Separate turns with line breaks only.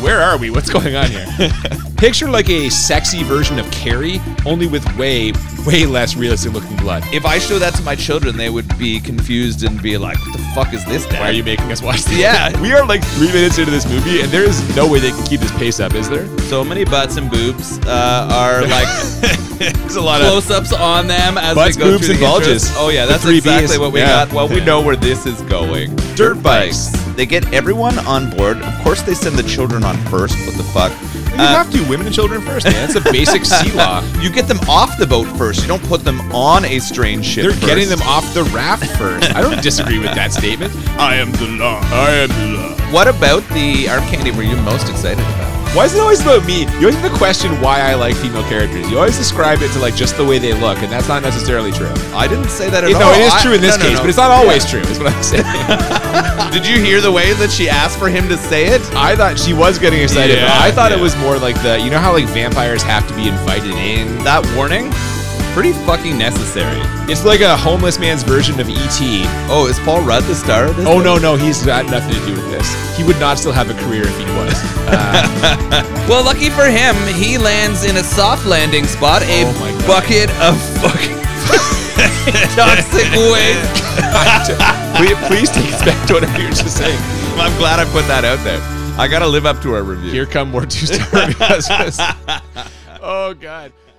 where are we? What's going on here? Picture like a sexy version of Carrie, only with way, way less realistic looking blood.
If I show that to my children, they would be confused and be like, "What the fuck is this?" Dad?
Why are you making us watch this?
Yeah.
We are like three minutes into this movie, and there is no way they can keep this pace up, is there?
So many butts and boobs uh, are like
There's a lot of.
close-ups on them as
Butts,
they go
boobs,
through
and
the intros.
bulges.
Oh yeah,
The
that's
three
exactly
Bs.
what we
Yeah.
got. Well, we know where this is going.
Dirt bikes.
They get everyone on board. Of course, they send the children on first. What the fuck?
You
Uh,
have to, women and children first, man. That's a basic sea law.
You get them off the boat first. You don't put them on a strange ship.
They're
first.
getting them off the raft first. I don't disagree with that statement. I am the law. I am the law.
What about the arm candy were you most excited about?
Why is it always about me? You always have to question why I like female characters. You always describe it to like just the way they look, and that's not necessarily true.
I didn't say that at
It-
all.
no, it is
I-
true in this
no, no,
case,
no.
but it's not always true. Is what I'm saying.
Yeah. Did you hear the way that she asked for him to say it?
I thought she was getting excited, but
Yeah,
I thought it
yeah.
was more like the you know how like vampires have to be invited in.
That warning, pretty fucking necessary.
It's like a homeless man's version of ET.
Oh, is Paul Rudd the star? Of this
Oh no, no, he's got nothing to do with this. He would not still have a career if he was. Uh,
Well, lucky for him, he lands in a soft landing spot, a
Oh my God.
bucket of fucking toxic waste.
I d- please, please take us back to whatever you were just saying.
I'm glad I put that out there. I gotta live up to our review.
Here come more two star because. Oh god.